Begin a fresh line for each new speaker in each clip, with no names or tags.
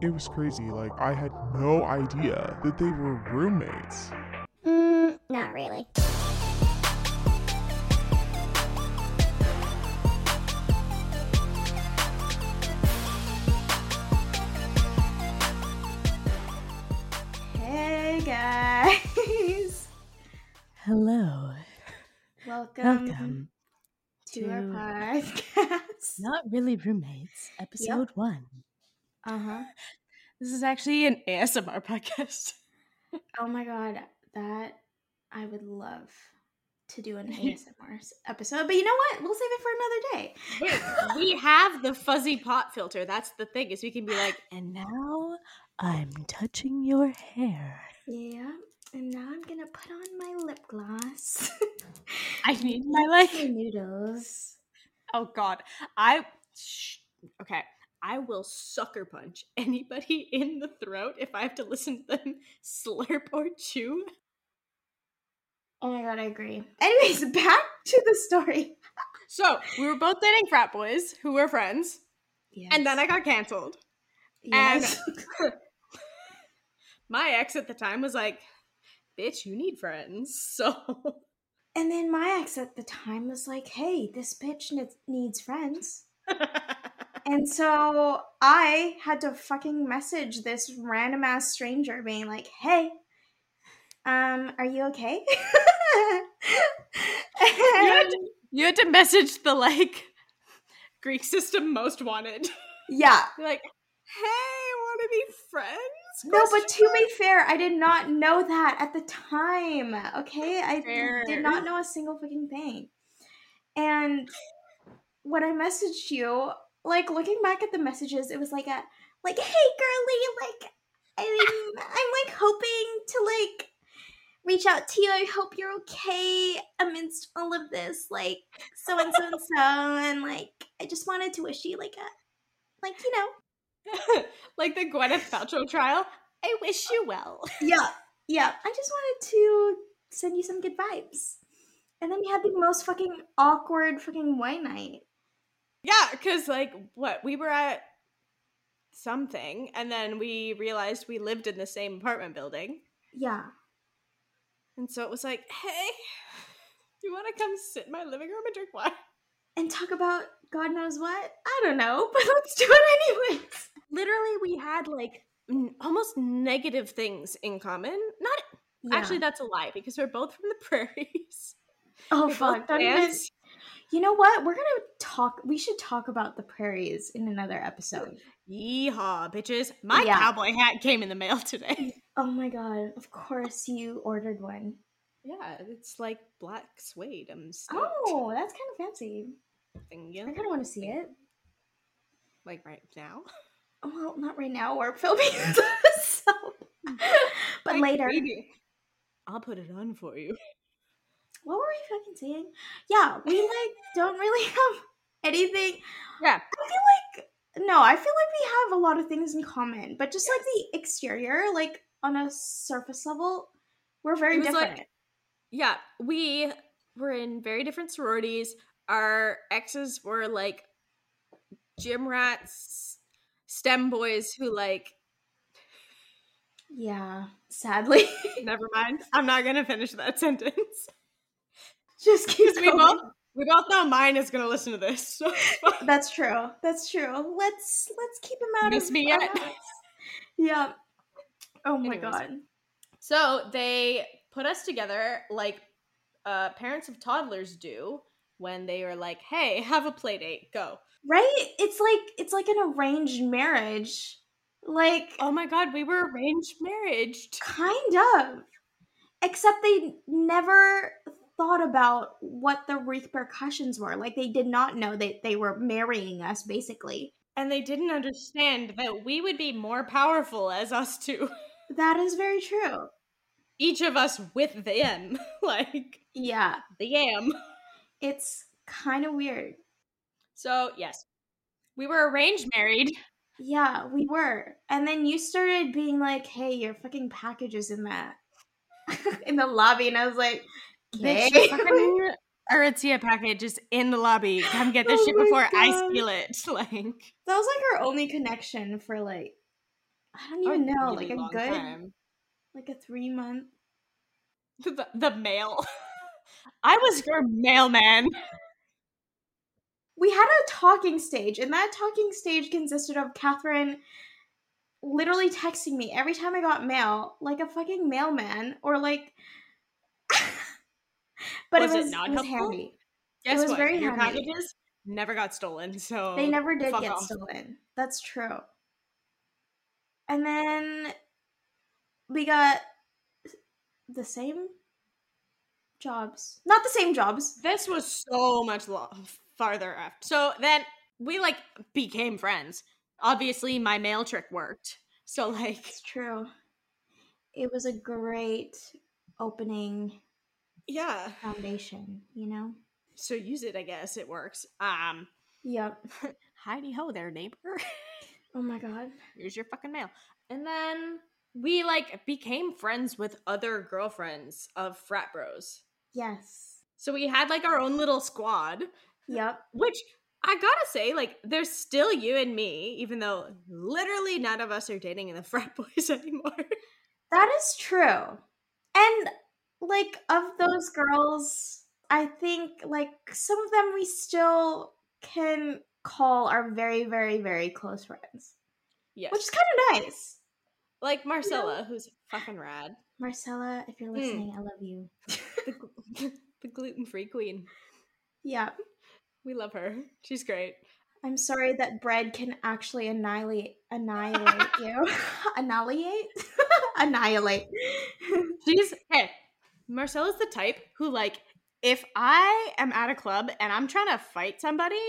It was crazy. Like, I had no idea that they were roommates.
Mm, not really.
Hey guys!
Hello.
Um,
Welcome,
Welcome.
to, our podcast.
Not really roommates, episode one.
Uh huh.
This is actually an ASMR podcast.
Oh my god, that I would love to do an ASMR s- episode, but you know what? We'll save it for another day.
Wait, we have the fuzzy pot filter. That's the thing is we can be like,
And now I'm touching your hair.
Yeah, and now I'm gonna put on my lip gloss.
I need my like.
my noodles.
Oh God, I. Shh. Okay, I will sucker punch anybody in the throat if I have to listen to them slurp or chew.
Oh my god, I agree. Anyways, back to the story.
So we were both dating frat boys who were friends,
Yes.
and then I got canceled.
yes.
My ex at the time was like, "Bitch, you need friends." So
And then my ex at the time was like, hey, this bitch ne- needs friends. and so I had to fucking message this random ass stranger being like, hey, um, are you okay?
you, had to, you had to message the like Greek system most wanted.
yeah.
You're like, hey, want to be friends?
No, but to be fair, I did not know that at the time. Okay, I
Fair.
did not know a single fucking thing. And when I messaged you, like looking back at the messages, it was like a like, "Hey, girly," like I'm I'm like hoping to like reach out to you. I hope you're okay amidst all of this, like so and so and so, and like I just wanted to wish you like a like you know
like the Gwyneth Paltrow trial. I wish you well.
Yeah, yeah. I just wanted to send you some good vibes. And then we had the most fucking awkward fucking wine night.
Yeah, because like what we were at something, and then we realized we lived in the same apartment building,
Yeah.
and so it was like, hey, you want to come sit in my living room and drink wine?
And talk about God knows what? I don't know, but let's do it anyways.
Literally, we had like n- almost negative things in common. Not actually, that's a lie because we're both from the prairies.
oh
We're
fuck.
both
Don't even-
fans.
You know what? We're gonna talk we should talk about the prairies in another episode.
Yeehaw, bitches. My
Yeah.
cowboy hat came in the mail today.
Oh my god, of course you ordered one.
Yeah, it's like black suede. I'm still
Oh, that's kind of fancy. I
thinking
kinda wanna see it.
like right now.
Well, not right now, we're filming this, so but
Like,
later.
maybe. I'll put it on for you.
what were we fucking saying? Yeah, we like don't really have anything.
Yeah.
I feel like no, I feel like we have a lot of things in common, but just like the exterior, like on a surface level, we're very
It was like-
different.
Yeah, we were in very different sororities. Our exes were like gym rats, STEM boys who like
yeah, sadly,
never mind. I'm not going to finish that sentence.
just keeps
Cuz we
going.
both we both know mine is going to listen to this. So it's fine.
That's true. That's true. Let's let's keep him out
Miss
of
me
our
yet?
lives. yeah. Oh my
Anyways.
god.
So they put us together like uh, parents of toddlers do when they are like, "Hey, have a play date, go."
Right? It's like it's like an arranged marriage. Like
Oh my god, we were arranged marriaged.
Kind of. Except they never thought about what the repercussions were. Like they did not know that they were marrying us, basically.
And they didn't understand that we would be more powerful as us two,
That is very true.
each of us with them, like
Yeah.
the yam.
It's kind of weird.
So yes, we were arranged married.
Yeah, we were. And then you started being like, hey, your fucking package is in that in the lobby. And I was like, okay.
Bitch, fucking Aritzia package is in the lobby. Come get this
Oh
shit
my
before I
God.
steal it. Like
that was like our only connection for like I don't even
That
know,
would
like
be
a
long
good,
time.
like a three month.
The, the mail. I was your mailman.
We had a talking stage, and that talking stage consisted of Catherine literally texting me every time I got mail, like a fucking mailman, or like. but
Was
it
it
was,
not
it was
helpful?
handy.
Guess
was
what?
very
Your
handy.
packages never got stolen. So
They never did
Oh, fuck
get
off.
stolen. That's true. And then we got the same jobs. Not the same jobs.
This was so much lo- farther up. So then we like became friends. Obviously, my mail trick worked. So like,
It's true. It was a great opening
yeah.
foundation, you know?
So use it, I guess it works. Um,
Yep.
hidey ho there, neighbor.
Oh my god.
Here's your fucking mail. And then we like became friends with other girlfriends of frat bros.
Yes.
So we had like our own little squad,
Yep.
which I gotta say, like, there's still you and me, even though literally none of us are dating in the frat boys anymore.
That is true. And like of those girls, I think like some of them we still can call our very, very, very close friends,
Yes.
which is kind of nice.
like Marcella, who's fucking rad.
Marcella, if you're
Mm.
listening, I love you.
The, gl- the gluten free queen.
Yeah,
We love her. She's great.
I'm sorry that bread can actually annihilate, annihilate you, annihilate, annihilate.
She's, hey, Marcella's the type who, like, if I am at a club and I'm trying to fight somebody,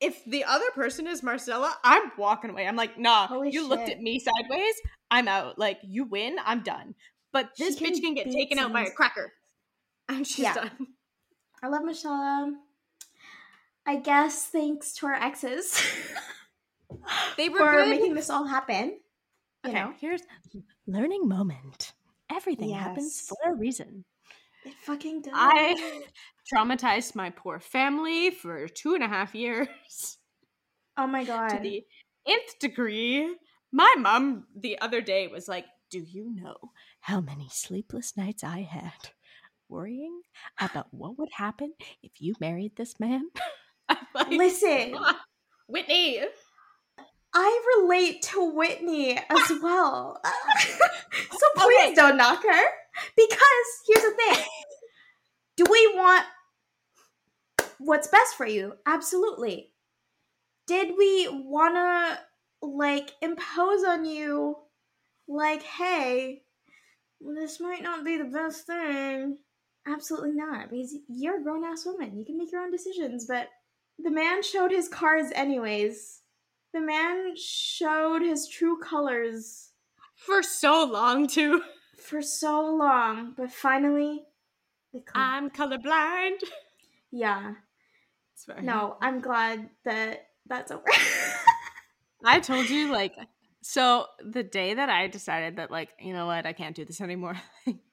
if the other person is Marcella, I'm walking away. I'm like, nah,
Holy
you looked
shit.
at me sideways. I'm out. Like, you win. I'm done. But
She
this bitch
can
can get
beat
taken out by a
someone's-
cracker. And she's
Yeah.
done.
I love Marcella. I guess thanks to our exes
They were
for
good.
making this all happen. You
Okay.
know,
Here's learning moment. Everything happens
Yes.
for a reason.
it fucking does.
I traumatized my poor family for two and a half years
oh my god.
to the nth degree. My mom the other day was like, Do you know
How many sleepless nights I had worrying about what would happen if you married this man?
I'm like,
Listen,
"Ah, Whitney?
I relate to Whitney as well. so please
Okay.
don't knock her. Because here's the thing Do we want what's best for you? Absolutely. Did we want to, like, impose on you, like, hey, this might not be the best thing? Absolutely not. Because you're a grown ass woman. You can make your own decisions, but the man showed his cards anyways. The man showed his true colors
For so long too.
for so long, but finally, they come.
I'm colorblind.
yeah.
It's fine.
No, I'm glad that that's over.
I told you like so the day that I decided that like, you know what, I can't do this anymore.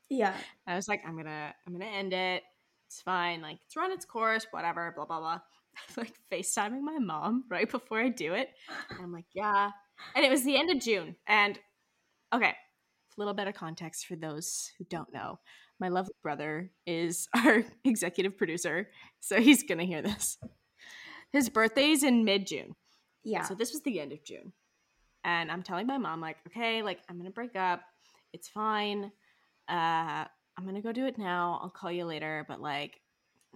yeah.
I was like, I'm gonna, I'm gonna end it. It's fine. Like, it's run its course. Whatever. Blah blah blah. I'm like FaceTiming my mom right before I do it. And I'm like, yeah. And it was the end of June. And okay, a little bit of context for those who don't know. My lovely brother is our executive producer, so he's gonna hear this. His birthday's in mid June.
Yeah.
So this was the end of June. And I'm telling my mom, like, okay, like I'm gonna break up. It's fine. Uh I'm gonna go do it now. I'll call you later, but like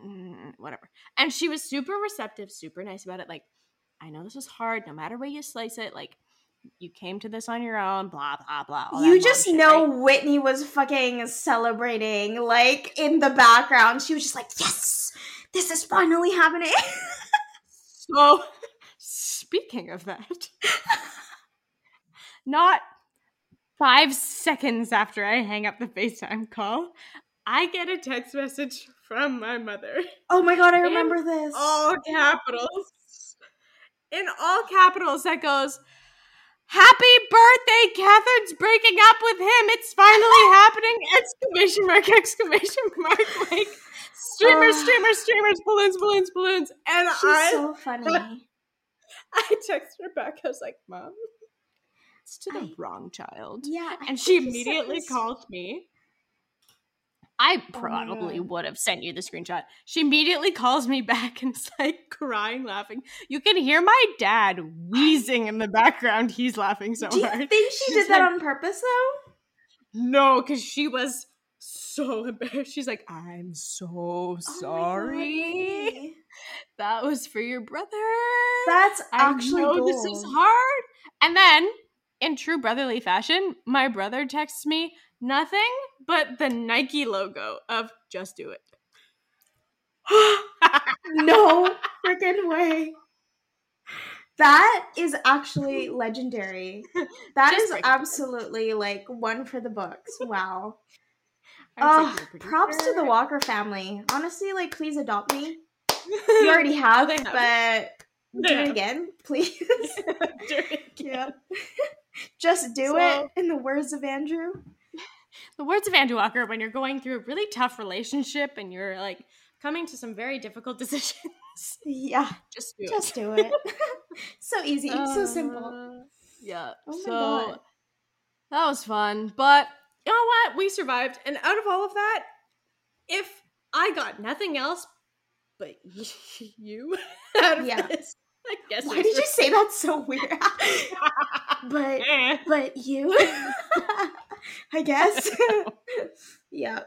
mm, whatever. And she was super receptive, super nice about it. Like, I know this is hard, no matter where you slice it, like you came to this on your own, blah, blah, blah. all that
you
mom
just
shit,
know
right?
Whitney was fucking celebrating, like in the background. She was just like, yes, this is finally happening.
So, speaking of that, not five seconds after I hang up the FaceTime call, I get a text message from my mother.
oh my god, I
In
remember this.
All capitals. In all capitals that goes, Happy birthday, Catherine's breaking up with him. It's finally happening! Exclamation mark, exclamation mark, like streamers,
Ah.
streamers, streamers, balloons, balloons, balloons. And
She's
I
so funny.
I texted her back. I was like, Mom, It's to the
I-
wrong child.
Yeah. I
And she
think you sent
immediately
this-
called me. Oh I
my
probably
God.
would have sent you the screenshot. She immediately calls me back and is like crying, laughing. You can hear my dad wheezing in the background. He's laughing so
Do you
hard.
think she
She's
did that
like-
on purpose though?
No, because she was so embarrassed. She's like, I'm so sorry. that was for your brother.
That's
I
actually
know this is
gold.
hard. And then, in true brotherly fashion, my brother texts me nothing but the Nike logo of just do it.
no freaking way. That is actually legendary. That
Just
is
break it.
absolutely like one for the books. Wow.
I was
Ugh,
like, "You're a
props to the
producer."
Walker family. Honestly, like please adopt me. You already have,
They have.
but do
They
it
have.
again, please.
During-
yeah. Just do
So-
it in the words of Andrew.
the words of Andrew Walker when you're going through a really tough relationship and you're like coming to some very difficult decisions.
Yeah,
just do
just do it. so easy,
it.
so simple.
Uh, Yeah.
Oh my
so
God.
that was fun, but you know what? We survived, and out of all of that, if I got nothing else but y- you out of
Yeah.
this, I guess.
Why
I
did you say that so weird? but
survived.
but you, I guess. yeah.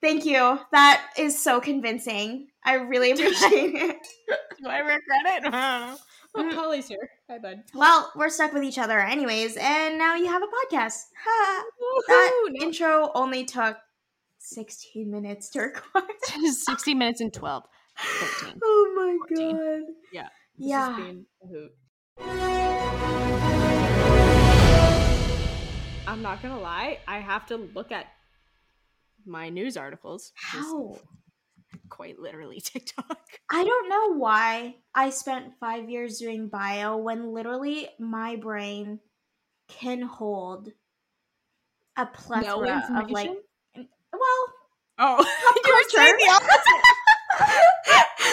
Thank you. That is so convincing. I really appreciate it.
Do I regret it? I don't know.
Mm.
Oh, Polly's here. Hi, bud.
Well, we're stuck with each other anyways, and now you have a podcast. Ha.
Woohoo!
That
No,
intro only took 16 minutes to record.
60 minutes and 12. 13.
Oh my
14.
god.
Yeah, This has
Yeah.
been a hoot. I'm not gonna lie, I have to look at my news articles. which is
How?
Quite literally TikTok.
I don't know why I spent five years doing bio when literally my brain can hold a plethora of like,
information?
well,
Oh, you were saying the
culture.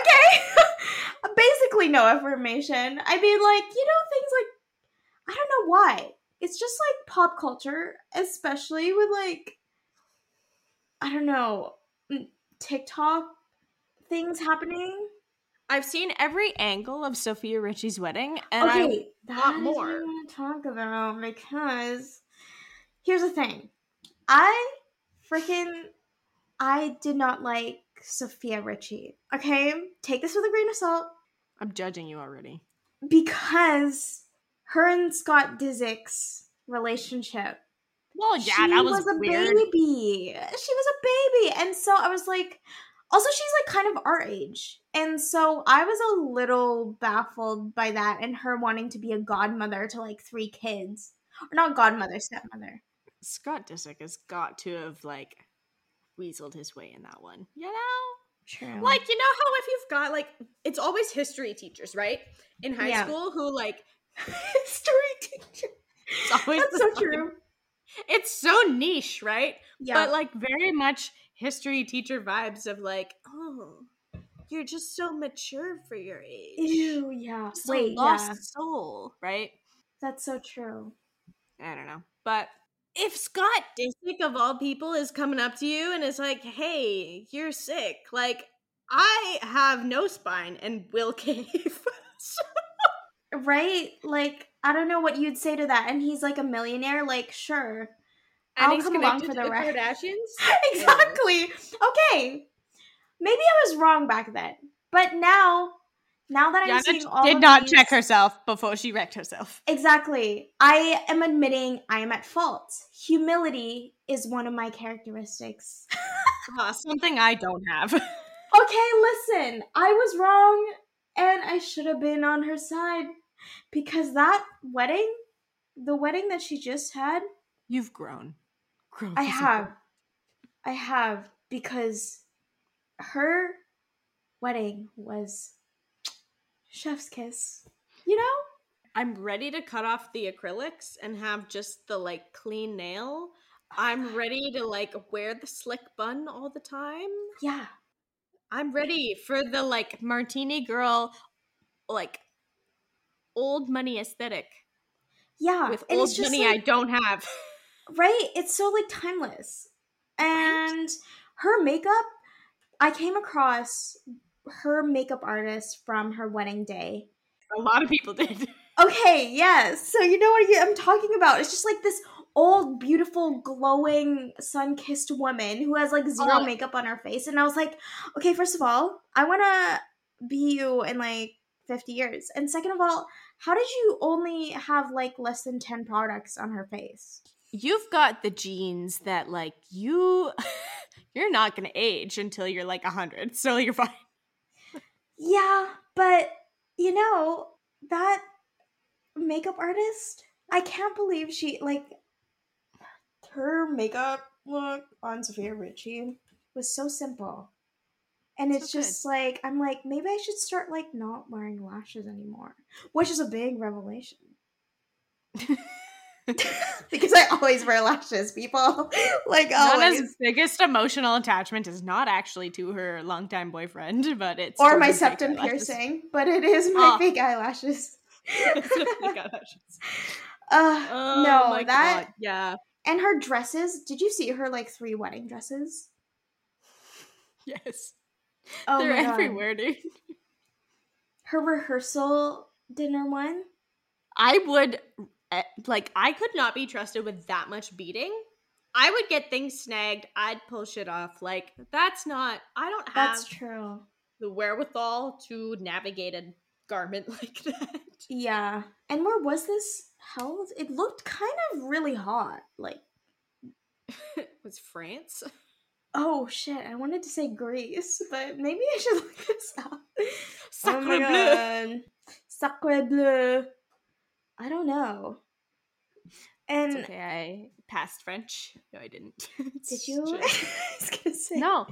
okay. Basically, no information. I mean, like, you know, things like, I don't know why. It's just like pop culture, especially with like, I don't know, mm, TikTok things happening.
I've seen every angle of Sophia Richie's wedding, and I
okay, that
want
is what
more.
I want to talk about because here's the thing. I freaking I did not like Sophia Richie. Okay, take this with a grain of salt
I'm judging you already.
because her and Scott Disick's relationship
Well,
she a baby. She was a baby, and so I was like, also she's like kind of our age, and so I was a little baffled by that, and her wanting to be a godmother to like three kids, or not godmother, stepmother.
Scott Disick has got to have like weaseled his way in that one, you know?
True.
Like, you know how if you've got like it's always history teachers, right? In high
Yeah.
school who like
history teacher.
it's always
That's so
the-
true.
It's so niche, right?
Yeah.
But like very much history teacher vibes of like, oh, you're just so mature for your age.
Ew. Yeah.
So
Wait.
lost
Yeah.
soul, right?
That's so true.
I don't know. But if Scott Disick of all people is coming up to you and is like, "Hey, you're sick," like I have no spine and will cave. So-
Right? Like I don't know what you'd say to that, and he's like a millionaire. Like sure.
and
I'll
he's
come along
connected
for
to
the ride.
Kardashians.
exactly. Okay. Maybe I was wrong back then, but now, now that I'm seeing all of these-
herself before she wrecked herself.
Exactly. I am admitting I am at fault. Humility is one of my characteristics.
something I don't have.
Okay, listen. I was wrong, and I should have been on her side because that wedding, the wedding that she just had,
You've grown. Growth
I
is
have.
important.
I have because her wedding was chef's kiss. You know?
I'm ready to cut off the acrylics and have just the like clean nail. I'm ready to like wear the slick bun all the time.
Yeah.
I'm ready for the like martini girl, like old money aesthetic.
yeah,
with
and
old
it's just
money
like,
I don't have.
right it's so like timeless
Right?
and her makeup i came across her makeup artist from her wedding day
A lot of people did.
okay yes so you know what you- i'm talking about it's just like this old beautiful glowing sun-kissed woman who has like zero
Oh.
makeup on her face and i was like okay first of all i want to be you in like 50 years and second of all how did you only have like less than 10 products on her face
You've got the genes that like you you're not going to age until you're like 100. So you're fine.
Yeah, but you know, that makeup artist, I can't believe she like her makeup look on Sophia Richie was so simple. And
So
it's just like I'm like maybe I should start like not wearing lashes anymore, which is a big revelation. because I always wear lashes, people. like always.
Nana's biggest emotional attachment is not actually to her longtime boyfriend, but it's
or
to
my
her fake
septum
eyelashes.
piercing, but it is my
Ah.
fake eyelashes.
It's her fake eyelashes.
Uh,
Oh
no,
my
that
God, yeah,
and her dresses. Did you see her like three wedding dresses?
yes,
Oh,
they're
my God.
everywhere, dude.
Her rehearsal dinner one.
I would eh, like I could not be trusted with that much beating. I would get things snagged. I'd pull shit off. Like that's not. I don't have
That's true.
the wherewithal to navigate a garment like that.
Yeah. And where was this held? It looked kind of really hot. Like,
it was France.
oh shit! I wanted to say Greece, but maybe I should look this up.
Sacre bleu.
bleu. Sacre bleu. I don't know. And
It's okay. I passed French. No, I didn't.
did you? I
Shit.
was gonna say-
no,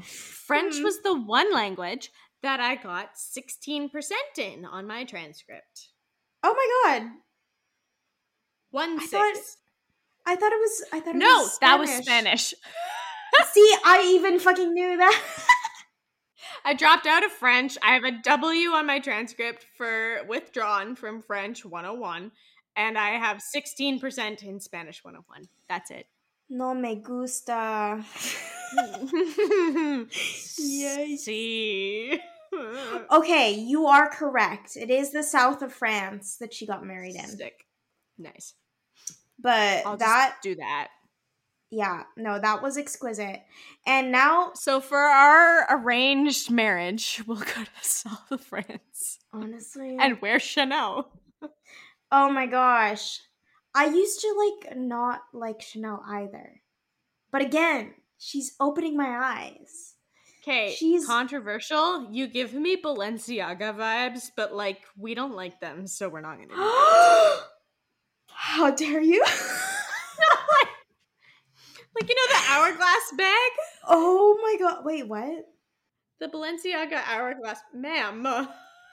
French
Hmm.
was the one language that I got 16% in on my transcript.
Oh my god!
One
I
six.
thought- I thought it was. I thought it
no,
was
that was Spanish.
See, I even fucking knew that.
I dropped out of French. I have a W on my transcript for withdrawn from French 101, and I have 16% in Spanish 101. That's it.
No me gusta. Yes.
See.
okay, you are correct. It is the south of France that she got married in.
Sick. Nice.
But
I'll
that,
just do that.
yeah, no, that was exquisite. And now,
So for our arranged marriage, we'll go to South of France
honestly,
and wear Chanel.
oh my gosh, I used to like not like Chanel either. But again, she's opening my eyes.
Okay,
She's-
controversial. You give me Balenciaga vibes, but like we don't like them, so we're not gonna. Do it.
How dare you?
Like you know the hourglass bag,
oh my god, wait, what?
the Balenciaga hourglass, ma'am.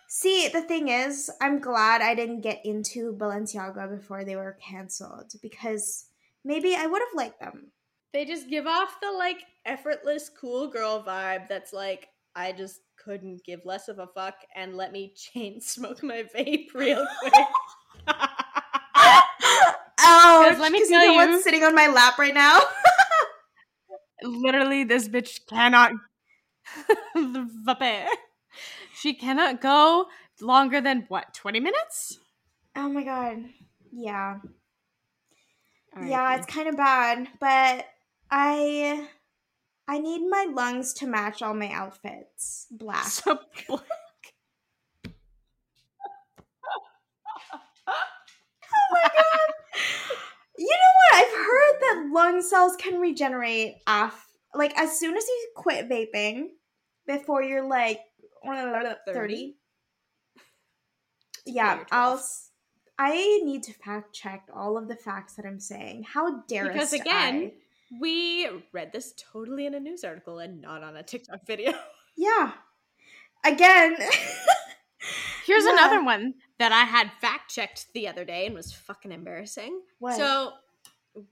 See, the thing is, I'm glad I didn't get into Balenciaga before they were canceled because maybe I would have liked them.
They just give off the like effortless cool girl vibe. That's like I just couldn't give less of a fuck and let me chain smoke my vape real quick.
Oh,
Guys, let me
you
tell
know
you-
what's sitting on my lap right now?
literally this bitch cannot Vape. she cannot go longer than what 20 minutes
oh my god. Yeah.
Alright,
yeah,
then.
it's kind of bad, but I I need my lungs to match all my outfits. Black.
so black.
You know what? I've heard that lung cells can regenerate af like as soon as you quit vaping before you're like 30.
30?
Yeah,
you're 12.
I'll s- I need to fact check all of the facts that I'm saying. How dare
Because again- we read this totally in a news article and not on a tiktok video
Yeah. Again.
here's
Yeah.
another one that i had fact checked the other day and was fucking embarrassing
what?
so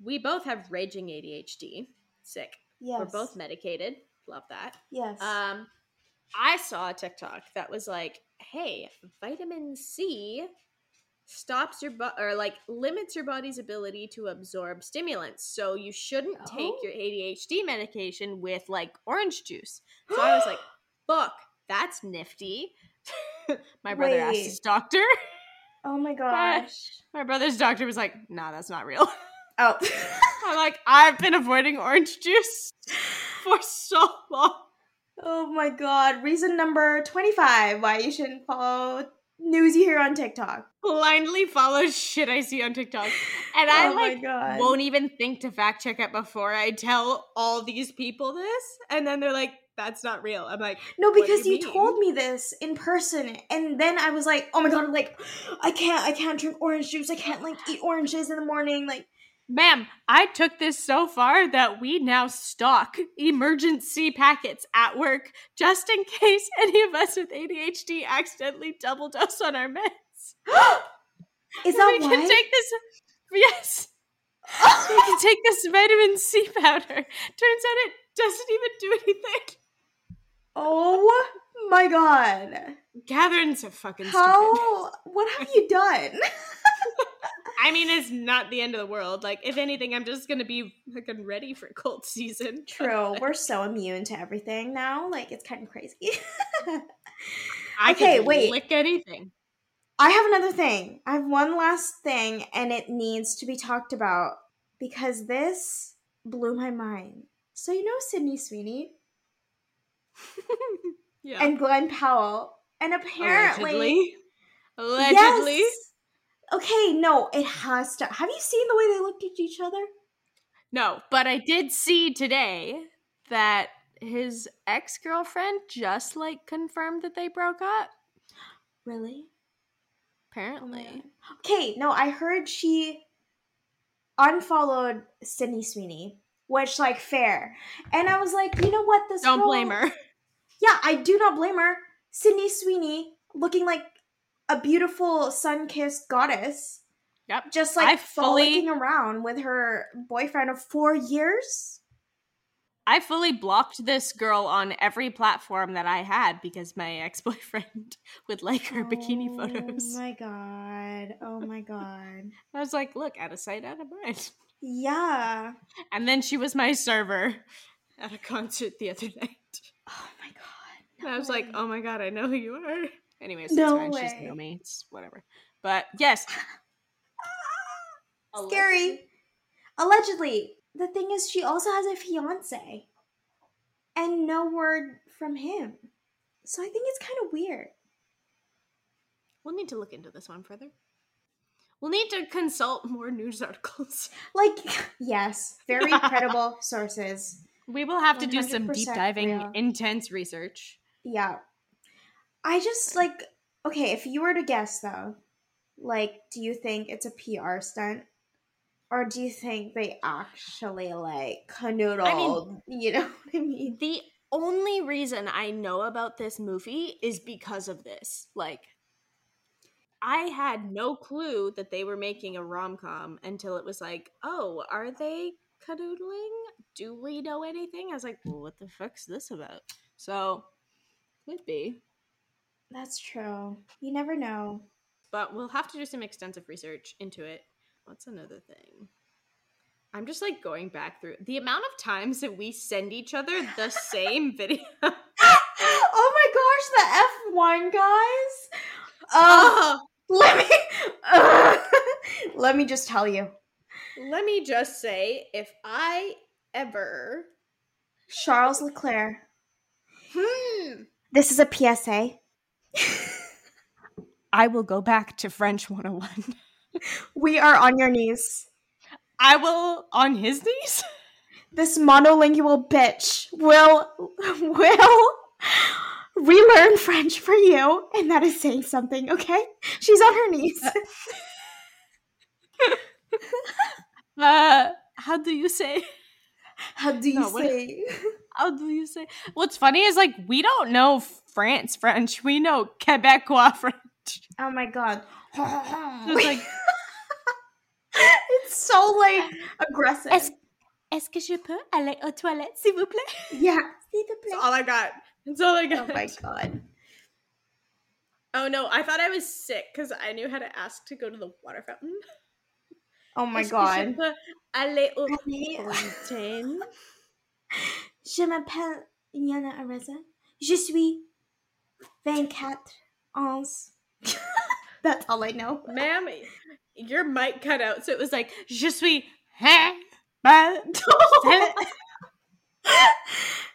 we both have raging adhd sick
yes.
we're both medicated love that
Yes.
Um, I saw a TikTok that was like, "Hey, vitamin C stops your bo- or like limits your body's ability to absorb stimulants. So you shouldn't take
Oh.
your ADHD medication with like orange juice. So I was like, "Fuck, that's nifty." My brother asked
Wait.
his doctor.
oh my gosh.
My brother's doctor was like, "Nah, that's not real."
Oh.
I'm like, "I've been avoiding orange juice for so long."
oh my god. Reason number 25 why you shouldn't follow news you hear on TikTok.
Blindly follow shit I see on TikTok, and I
oh
like
my god.
won't even think to fact check it before I tell all these people this. And then they're like, that's not real. I'm like,
No,
What do
because
you
you,
mean?
told me this in person, and then I was like, "Oh my god!" I'm like, I can't, I can't drink orange juice. I can't like eat oranges in the morning. Like,
ma'am, I took this so far that we now stock emergency packets at work just in case any of us with ADHD accidentally double dose on our meds.
is
So
that
we
why?
can take this. Yes. we can take this vitamin C powder. Turns out it doesn't even do anything.
oh my god!
Catherine's a fucking stupid.
How? What have you done?
I mean, it's not the end of the world. Like, if anything, I'm just gonna be fucking ready for cold season.
True, we're so immune to everything now. Like, it's kind of crazy.
I
Okay,
could
wait.
lick anything.
I have another thing. I have one last thing, and it needs to be talked about because this blew my mind. So you know Sydney Sweeney.
yeah.
and Glenn Powell. And apparently,
allegedly. Allegedly.
Yes! Okay, no, it has to. Have you seen the way they looked at each other?
No, but I did see today that his ex girlfriend just like confirmed that they broke up.
Really?
Apparently.
Okay, no, I heard she unfollowed Sydney Sweeney, which like fair. And I was like, you know what? This
Don't
whole-
blame her.
Yeah, I do not blame her. Sydney Sweeney looking like a beautiful sun-kissed goddess,
Yep.
just like
I fully-
frolicking around with her boyfriend of four years.
I fully blocked this girl on every platform that I had because my ex boyfriend would like her bikini photos.
Oh my god. Oh my god.
I was like, look, out of sight, out of mind.
Yeah.
And then she was my server at a concert the other night.
Oh my god.
And I was like,
way.
oh my god, I know who you are. Anyways,
No
it's fine. She's
way.
know me. It's whatever. But yes.
Scary. Allegedly. The thing is she also has a fiance. And no word from him. So I think it's kind of weird.
We'll need to look into this one further. We'll need to consult more news articles.
Like, yes, very credible sources.
We will have to do some deep
100%
diving,
real.
intense research.
Yeah. I just like okay, if you were to guess though, like do you think it's a PR stunt? Or do you think they actually like canoodled? you know what I mean?
The only reason I know about this movie is because of this. Like, I had no clue that they were making a rom com until it was like, oh, are they canoodling? Do we know anything? I was like, well, what the fuck's this about? So, could be.
That's true. You never know.
But we'll have to do some extensive research into it. What's another thing? I'm just like going back through the amount of times that we send each other the same video.
oh my gosh, the F1 guys. Uh, let me Let me just tell you.
Let me just say, if I ever
Charles Leclerc.
hmm,
This is a PSA.
I will go back to French 101.
We are on your knees.
I will on his knees.
this monolingual bitch will will relearn French for you, and that is saying something, okay? She's on her knees.
Uh, how do you say?
How do you
No, what-
say?
How do you say? What's funny is like we don't know France French. We know Quebecois French.
Oh my god.
So It's like
it's so like aggressive.
Est- Est-ce que je peux aller aux toilettes, s'il vous plaît?
yeah. See the
That's all I got. That's all I
Oh
got.
my god.
Oh no, I thought I was sick because I knew how to ask to go to the water fountain.
Oh my
Est-ce que
god.
je peux aller au
Allez.
fountain?
Je m'appelle Yana Areza. Je suis 24 ans. That's all I know.
Ma'am, your mic cut out, so it was like, je suis.
oh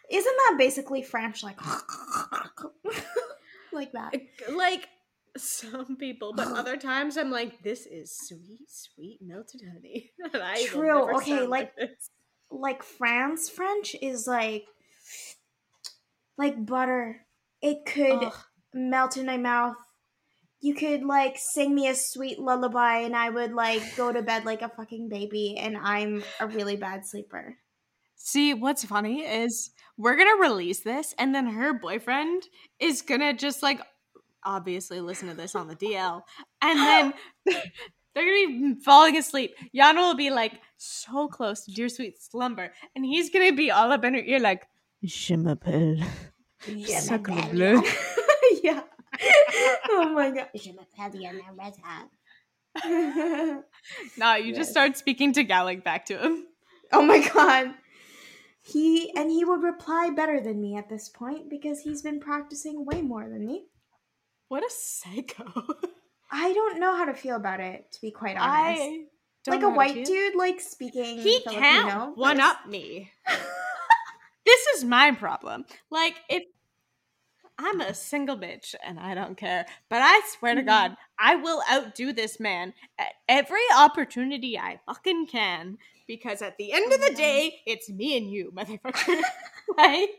Isn't that basically French? Like, like that.
Like some people, but other times I'm like, this is sweet, sweet melted honey. And I will
True,
never
okay,
sound
like-
this.
Like France French is like, like butter. It could
Ugh.
melt in my mouth. You could like sing me a sweet lullaby, and I would like go to bed like a fucking baby. And I'm a really bad sleeper.
See, what's funny is we're gonna release this, and then her boyfriend is gonna just like obviously listen to this on the DL, and then they're gonna be falling asleep. Yana will be like so close to dear sweet slumber, and he's gonna be all up in her ear like,
Je m'appelle. Sacre bleu.
yeah. oh my god.
Je m'appelle Yana Reza.
"Nah, you
Yes.
just start speaking to Gallic back to him."
Oh my god. He and he would reply better than me at this point because he's been practicing way more than me.
What a psycho!
I don't know how to feel about it, to be quite honest.
I don't
like
know
a
how to
white
feel.
dude, like speaking.
He
Filipino.
can't one up me. this is my problem. Like if I'm a single bitch and I don't care, but I swear to
Mhm.
God, I will outdo this man at every opportunity I fucking can because at the end of
Mm-hmm.
the day, it's me and you, motherfucker. like,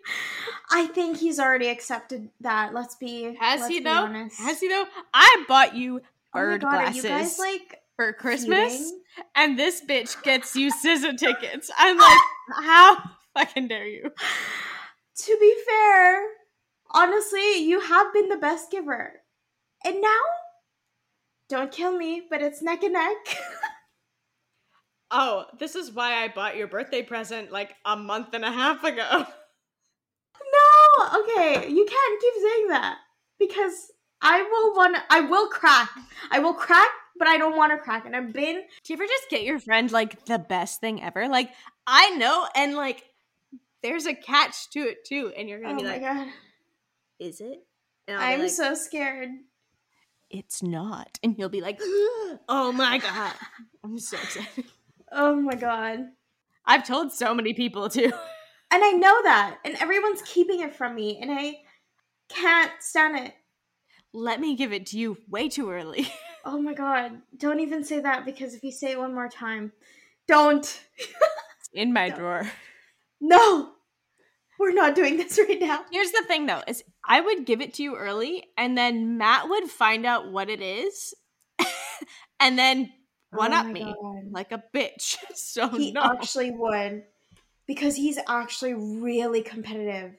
I think he's already accepted that. Let's be.
has
let's
he
be
though?
Honest.
Has he though? I bought you
Oh my
bird
god,
glasses
are you guys like
for Christmas,
feuding?
and this bitch gets you scissor tickets. I'm like, how fucking dare you?
to be fair, honestly, you have been the best giver. And now, don't kill me, but it's neck and neck.
Oh, this is why I bought your birthday present like a month and a half ago.
no, okay, you can't keep saying that because I will want to, I will crack. I will crack, but I don't want to crack. And I've been,
Do you ever just get your friend like the best thing ever? Like, I know, and like, there's a catch to it too. And you're
oh
gonna
my
be like,
god,
is it? And I'll be
I'm
like,
so scared.
It's not.
And you'll be like, oh my God. I'm so excited.
Oh my god.
I've told so many people too.
And I know that, and everyone's keeping it from me, and I can't stand it.
Let me give it to you way too early.
Oh my god, don't even say that because if you say it one more time, don't.
In my drawer.
No! We're not doing this right now.
Here's the thing though, is I would give it to you early and then Matt would find out what it is and then one
Oh
up
my
me
God.
like a bitch. So
he
no.
actually would because he's actually really competitive.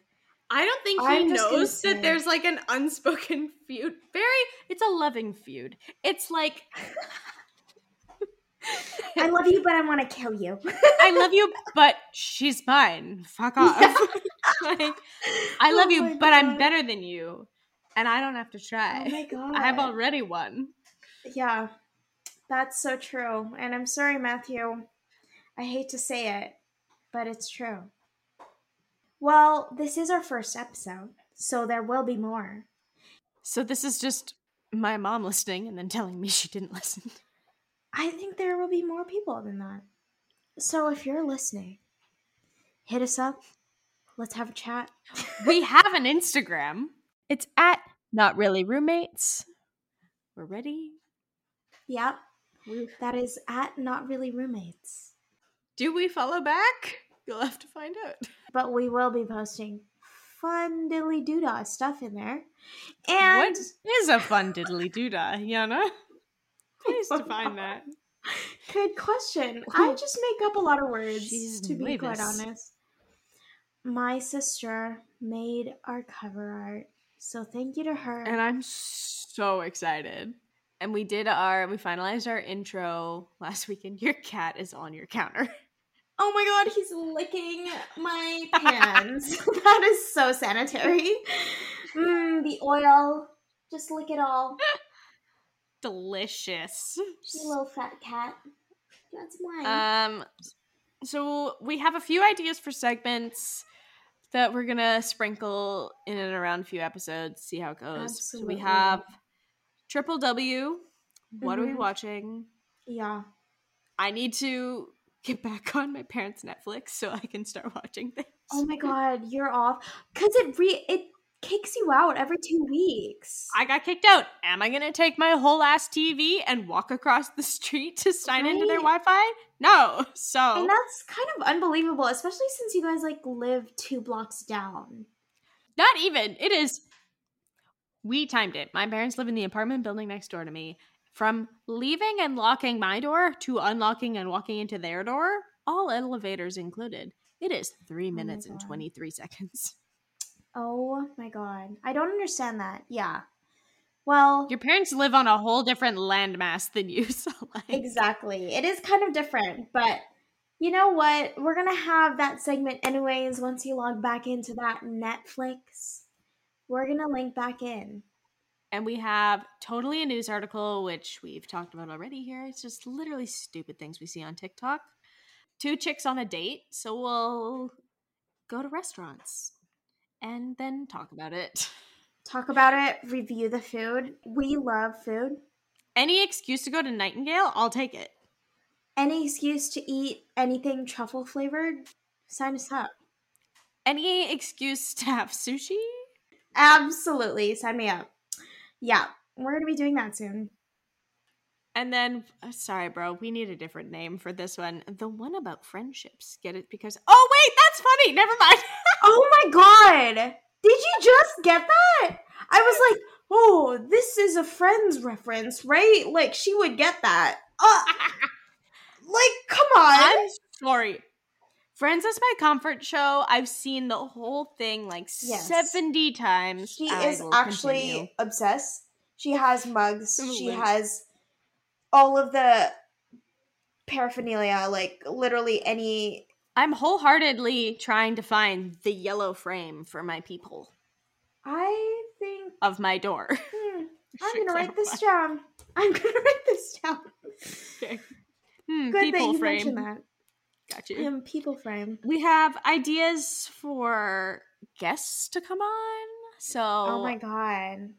I don't think he
I'm just gonna
knows
say-
that there's like an unspoken feud. Very it's a loving feud. It's like
I love you, but I want to kill you.
I love you, but she's mine. Fuck off.
Yeah.
like I love
Oh
you,
my
but I'm
God.
better than you. And I don't have to
Oh
try.
my god.
I've already won.
yeah, that's so true. And I'm sorry, Matthew. I hate to say it, but it's true. Well, this is our first episode, so there will be more.
So this is just my mom listening and then telling me she didn't listen.
I think there will be more people than that. So if you're listening, hit us up. Let's have a chat.
we have an Instagram. It's at not really roommates. We're ready.
Yep.
We-
That is at not really roommates.
Do we follow back? You'll have to find out.
But we will be posting fun dilly doodah stuff in there. And
what is a fun diddly doodah, Yana? Please
don't
define
know.
that.
good question. I just make up a lot of words
Jeez
to be quite
nuevas.
honest. My sister made our cover art. So thank you to her.
And I'm so excited. And we did our we finalized our intro last weekend. Your cat is on your counter.
Oh my god, he's licking my pans. that is so sanitary. Mm, the oil, Just lick it all.
Delicious.
You little fat cat. That's mine.
Um, so we have a few ideas for segments that we're gonna sprinkle in and around a few episodes, see how it goes. So
Absolutely.
we have Triple W. What are we
Mhm.
watching?
yeah.
I need to get back on my parents' Netflix so I can start watching things.
Oh my god, you're off. Cause it re it kicks you out every two weeks.
I got kicked out. Am I gonna take my whole ass TV and walk across the street to sign into their
Right.
Wi-Fi? No. So
and that's kind of unbelievable, especially since you guys like live two blocks down.
Not even. It is. We timed it. My parents live in the apartment building next door to me. From leaving and locking my door to unlocking and walking into their door, all elevators included, it is three
Oh my
minutes and
God.
23 seconds.
Oh my god. I don't understand that. Yeah. Well
Your parents live on a whole different landmass than you, so like,
Exactly. It is kind of different, but you know what? We're going to have that segment anyways once you log back into that Netflix. We're going to link back in.
And we have totally a news article, which we've talked about already here. It's just literally stupid things we see on TikTok. Two chicks on a date, so we'll go to restaurants and then talk about it.
Talk about it, review the food. We love food.
Any excuse to go to Nightingale, I'll take it.
Any excuse to eat anything truffle flavored, sign us up.
Any excuse to have sushi?
Absolutely, sign me up. Yeah, we're going to be doing that soon.
And then, uh, sorry, bro, we need a different name for this one. The one about friendships. Get it? Because, oh, wait, that's funny. Never mind.
Oh my god! Did you just get that? I was like, oh, this is a friend's reference, right? Like she would get that. Uh, like, come on.
I'm sorry. Friends is my comfort show. I've seen the whole thing like
Yes.
70 times.
she
I
is
will
actually
continue.
obsessed. She has mugs.
I'm a
She
wimp.
has all of the paraphernalia, like literally any
I'm wholeheartedly trying to find the yellow frame for my people
I think
of my door.
hmm, I'm
Should
gonna write this
clarify.
down. I'm gonna write this down.
Hmm,
Good that
people
you
frame.
mentioned that.
Got you.
Um, people frame.
We have ideas for guests to come on. So
Oh my god.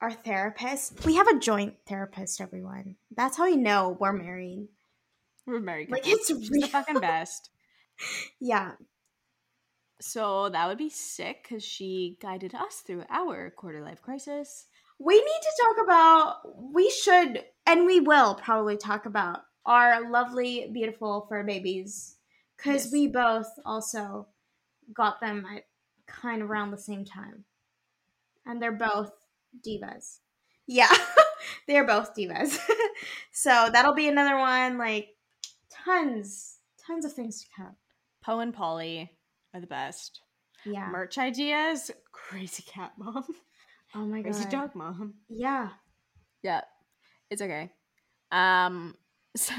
Our therapist. We have a joint therapist, everyone. That's how you know we're married.
we're married.
Like,
couples.
it's
She's
real.
the fucking best.
Yeah.
So that would be sick because she guided us through our quarter life crisis.
We need to talk about we should and we will probably talk about our lovely, beautiful fur babies. Cause
Yes.
we both also got them at kind of around the same time. And they're both divas. Yeah. they're both divas. so that'll be another one, like tons, tons of things to come.
Poe and Polly are the best.
Yeah.
Merch ideas, crazy cat mom,
Oh my
crazy
god.
dog mom.
Yeah.
Yeah, it's okay. Um, so,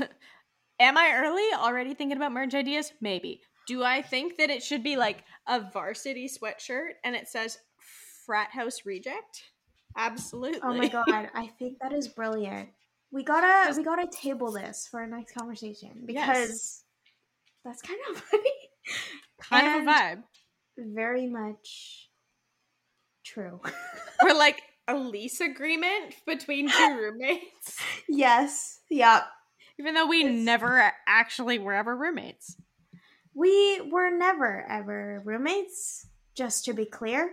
am I early already thinking about merch ideas? Maybe. Do I think that it should be like a varsity sweatshirt and it says frat house reject? Absolutely.
Oh my god. I think that is brilliant. We gotta we gotta table this for our next conversation because
Yes.
that's kind of funny.
kind of a vibe.
Very much true.
Or like a lease agreement between two roommates,
yes. Yep.
even though we
It's-
never actually were ever roommates.
We were never ever roommates, just to be clear.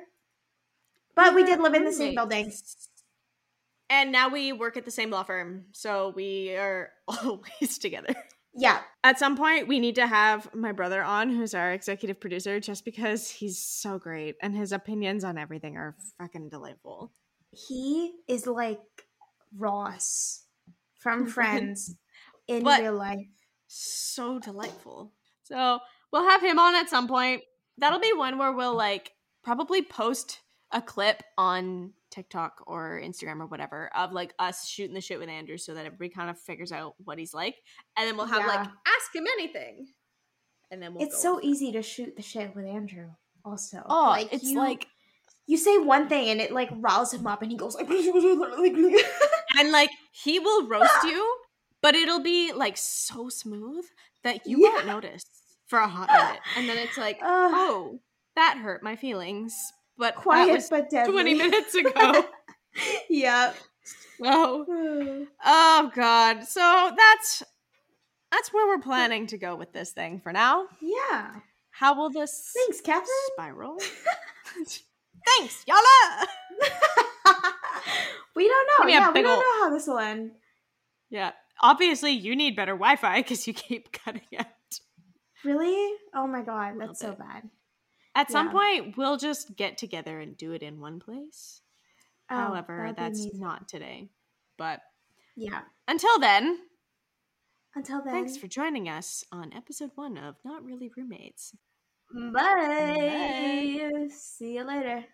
But we
were
did live in the same
roommates.
building.
And now we work at the same law firm, so we are always together.
Yeah.
At some point, we need to have my brother on, who's our executive producer, just because he's so great and his opinions on everything are fucking delightful.
He is like Ross from Friends in
But-
real life.
So delightful. So we'll have him on at some point. That'll be one where we'll like probably post a clip on TikTok or Instagram or whatever of like us shooting the shit with Andrew so that everybody kind of figures out what he's like. And then we'll have like
Yeah.
ask him anything. And then we'll
it's
go
so easy to shoot the shit with Andrew. Also,
Oh, it's like
you say one thing and it like riles him up and he goes like yeah
and like he will roast you, but it'll be like so smooth that you won't
Yeah.
notice for a hot minute, and then it's like,
uh,
oh, that hurt my feelings, but that
quiet
was
but deadly.
twenty minutes ago.
yeah
so, oh god, so that's that's where we're planning to go with this thing for now.
yeah
How will this
thanks catherine
spiral? Thanks, y'all.
we don't
Give
know
me a
yeah we
big
don't
ol-
know how this will end
Yeah, obviously you need better Wi-Fi because you keep cutting out.
really oh my god
Little
that's so
bit.
bad
At some
Yeah.
point, we'll just get together and do it in one place.
Oh,
However,
that'd be
that's
amazing.
not today. But
yeah
until then,
until then
thanks for joining us on episode one of Not Really Roommates.
bye see you later